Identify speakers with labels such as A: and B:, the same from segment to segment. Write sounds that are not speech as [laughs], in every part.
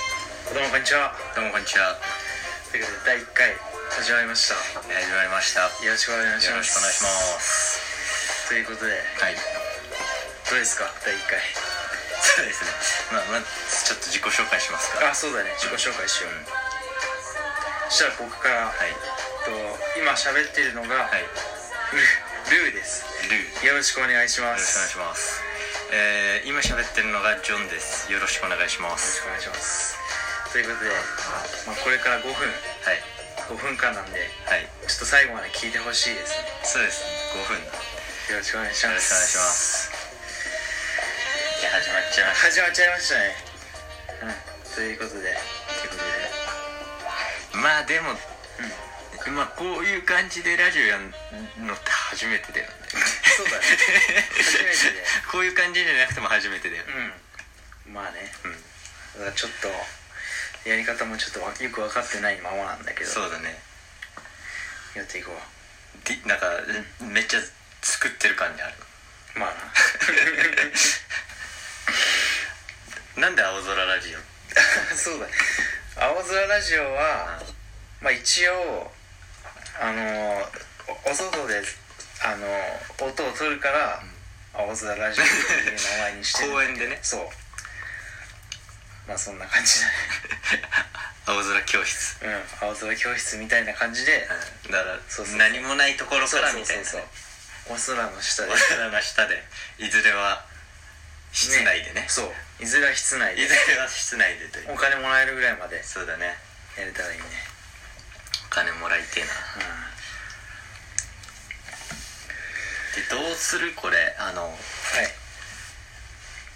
A: にちは。
B: どうもこんにちは。
A: ということで、第1回、始まりました。
B: 始まりました。
A: よろ
B: よ
A: しくお願いします。。
B: ろし
A: というこ
B: くお願いしますす。
A: とで、
B: はい。
A: どうですか、第1回。
B: そうですね。まあまあちょっと自己紹介しますか。
A: あ、そうだね、自己紹介しよ
B: うん
A: う。そしたら僕から、
B: はい
A: えっと今喋ってるのが、
B: はい。
A: ルルーです。
B: ルー。よ
A: よろしくお願いしま
B: ろしくお願
A: す。
B: いします。えー、今喋ってるのがジョンです。よろしくお願いしま
A: よろし
B: す。
A: くお願いします。ということで、まあ、これから5分、
B: はい
A: 5分間なんで、
B: はい。
A: ちょっと最後まで聞いてほしいですね。
B: そうですね。五分。い
A: よろしくお願いします。
B: よろしくお願いしますや始まっちゃいまし
A: 始まっちゃいましたね。うん、ということで、
B: た。ということで。まあでも。まあこういう感じでラジオやんのって初めてだよね
A: そうだね。初めてで。
B: [laughs] こういう感じじゃなくても初めてだよね
A: うんまあね
B: うん
A: だからちょっとやり方もちょっとわよく分かってないままなんだけど
B: そうだね
A: やっていこう
B: でなんかめっちゃ作ってる感じある
A: まあな
B: なんで青空ラジオ
A: [laughs] そうだ青空ラジオはまあ一応あのおお外であの音を取るから、青空ラジオっていう名前にしてる
B: [laughs] 公園でね
A: そうまあそんな感じ
B: 青空教室
A: だねうん青空教室みたいな感じで
B: うんだから
A: そうそう
B: 何もないところ
A: そ
B: か
A: う
B: ら
A: そう
B: みたい
A: そう
B: な
A: そう
B: ね
A: お空の下で
B: 俺らの下でいずれは室内でね
A: そういずれは室内
B: い
A: で
B: ずれは室内でという
A: お金もらえるぐらいまで
B: そうだね
A: やれたらいいね
B: お金もらいてえな
A: う
B: でどうするこれあの
A: んはい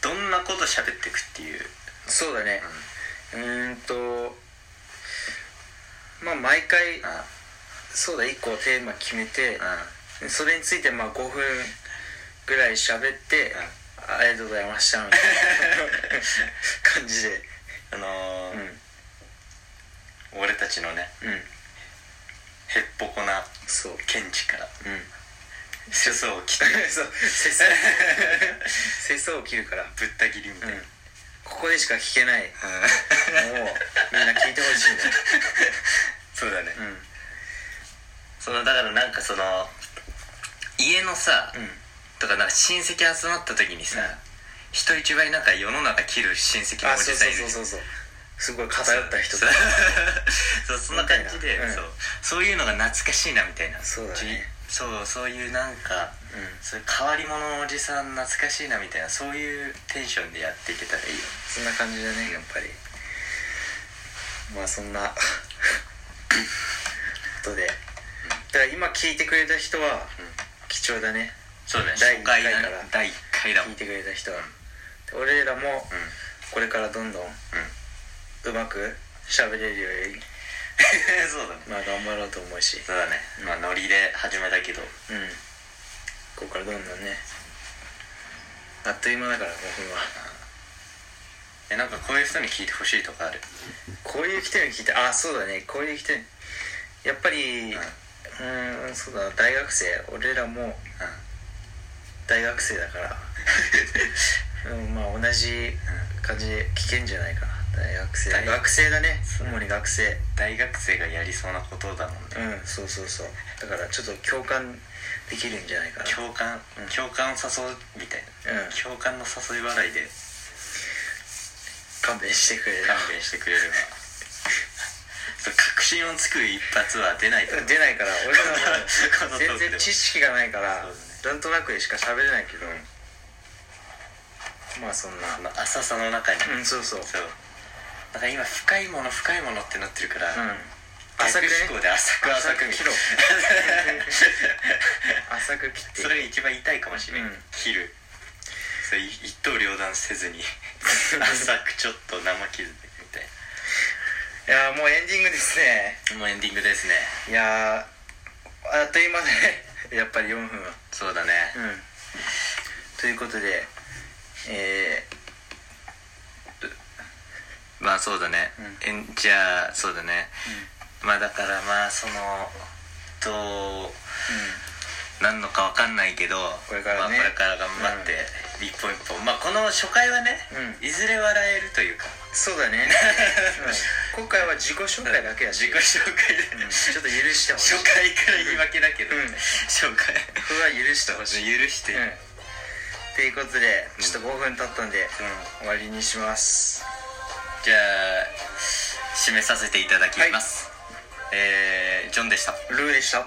B: どんなこと喋ってくっていう
A: そうだねうーんとまあ毎回
B: あ
A: そうだ1個テーマ決めて
B: うん
A: それについてまあ5分ぐらい喋ってあありがとうございました [laughs] みたいな感じで
B: あの
A: うん
B: ー俺たちのね
A: うん
B: へっぽこな
A: そう
B: 見地から
A: うん
B: 世相を切って
A: [laughs] そう世相世相を切るから
B: ぶった切りみた
A: う
B: い
A: ん
B: な、 [laughs] うん
A: ここでしか聞けないもうみんな聞いてほしいんだよ
B: そうだね、
A: うん
B: そのだからなんかその家のさ、
A: うん
B: とかなんか親戚集まった時にさ、
A: うん
B: 人一倍なんか世の中切る親戚の
A: あ
B: お
A: そ
B: じ
A: うそ
B: さん
A: う
B: いる
A: そう
B: じゃ
A: そうそう
B: ん
A: すごい偏った人
B: そ
A: と
B: う
A: か
B: [laughs] そうそんな感じで、
A: みたいなうん
B: そうそういうのが懐かしいなみたいな
A: そうだね
B: じそうそういうなんか
A: うん
B: そういう変わり者のおじさん懐かしいなみたいなそういうテンションでやっていけたらいいよ
A: そんな感じだねやっぱりまあそんなことでだから今聞いてくれた人は貴重だね
B: そうだね
A: 第一
B: 初回だ
A: 回
B: ね
A: から
B: 第1回だ
A: 聞
B: もん
A: いてくれた人はで俺らも
B: うん [laughs] うん
A: これからどんどんうまく喋れるように
B: そうだね
A: まあ頑張ろうと思うし
B: そうだねまあノリで始めたけど
A: うんここからどんどんねあっという間だから5分は
B: えなんかこういう人に聞いてほしいとかある
A: こういう人に聞いてあそうだねこういう人にやっぱりうーんそうだな大学生俺らも大学生だから
B: [laughs]
A: うんまあ同じ感じで聞けんじゃないかな大学生
B: 大学
A: 学生だね
B: そう
A: 主に学生
B: 大学生がやりそうなことだもんね
A: うんそうそうそうだからちょっと共感できるんじゃないかな
B: 共感
A: うん
B: 共感を誘うみたいな、
A: うん
B: 共感の誘い笑いで
A: 勘弁してくれる
B: 勘弁してくれれば [laughs] そう確信をつく一発は出ないと思う
A: 出ないから俺ら
B: [laughs] この
A: も
B: トークでも
A: 全然知識がないから
B: そう
A: なんとなくでしか喋れないけどまあそんな
B: あの浅さの中に、
A: うんそうそう
B: そうなんか今深いもの深いものってなってるから、
A: うん
B: 浅
A: 浅
B: く
A: くね
B: 思考で浅く浅く見
A: 切
B: る
A: ろう
B: [laughs]
A: 浅く切って
B: それが一番痛いかもしれない、
A: うん
B: 切るそうい一刀両断せ [laughs] ずに浅くちょっと生傷でみたい
A: いやーもうエンディングですね
B: なもうエンディングですね
A: いやーあっという間で、 [laughs] やっぱり4分は
B: そうだね、
A: うんということでえ
B: まあそうだね、えんじゃあそうだね、まあだからまあそのどう
A: ー、
B: なんのかわかんないけど
A: これからね
B: まあ、これから頑張って、一本一本まあこの初回はね、
A: う
B: いずれ笑えるというか
A: そうだ [laughs] ね、うん今回は自己紹介だけだし、
B: 自己紹介で、
A: うんちょっと許してほしい
B: 初回から言い訳だけど、
A: うん
B: 紹介
A: これは許してほ
B: 許
A: しい
B: して、
A: うんっていうことでちょっと5分経ったんで、
B: ん
A: 終わりにします
B: じゃあ締めさせていただきます、えージョンでした
A: ルーでした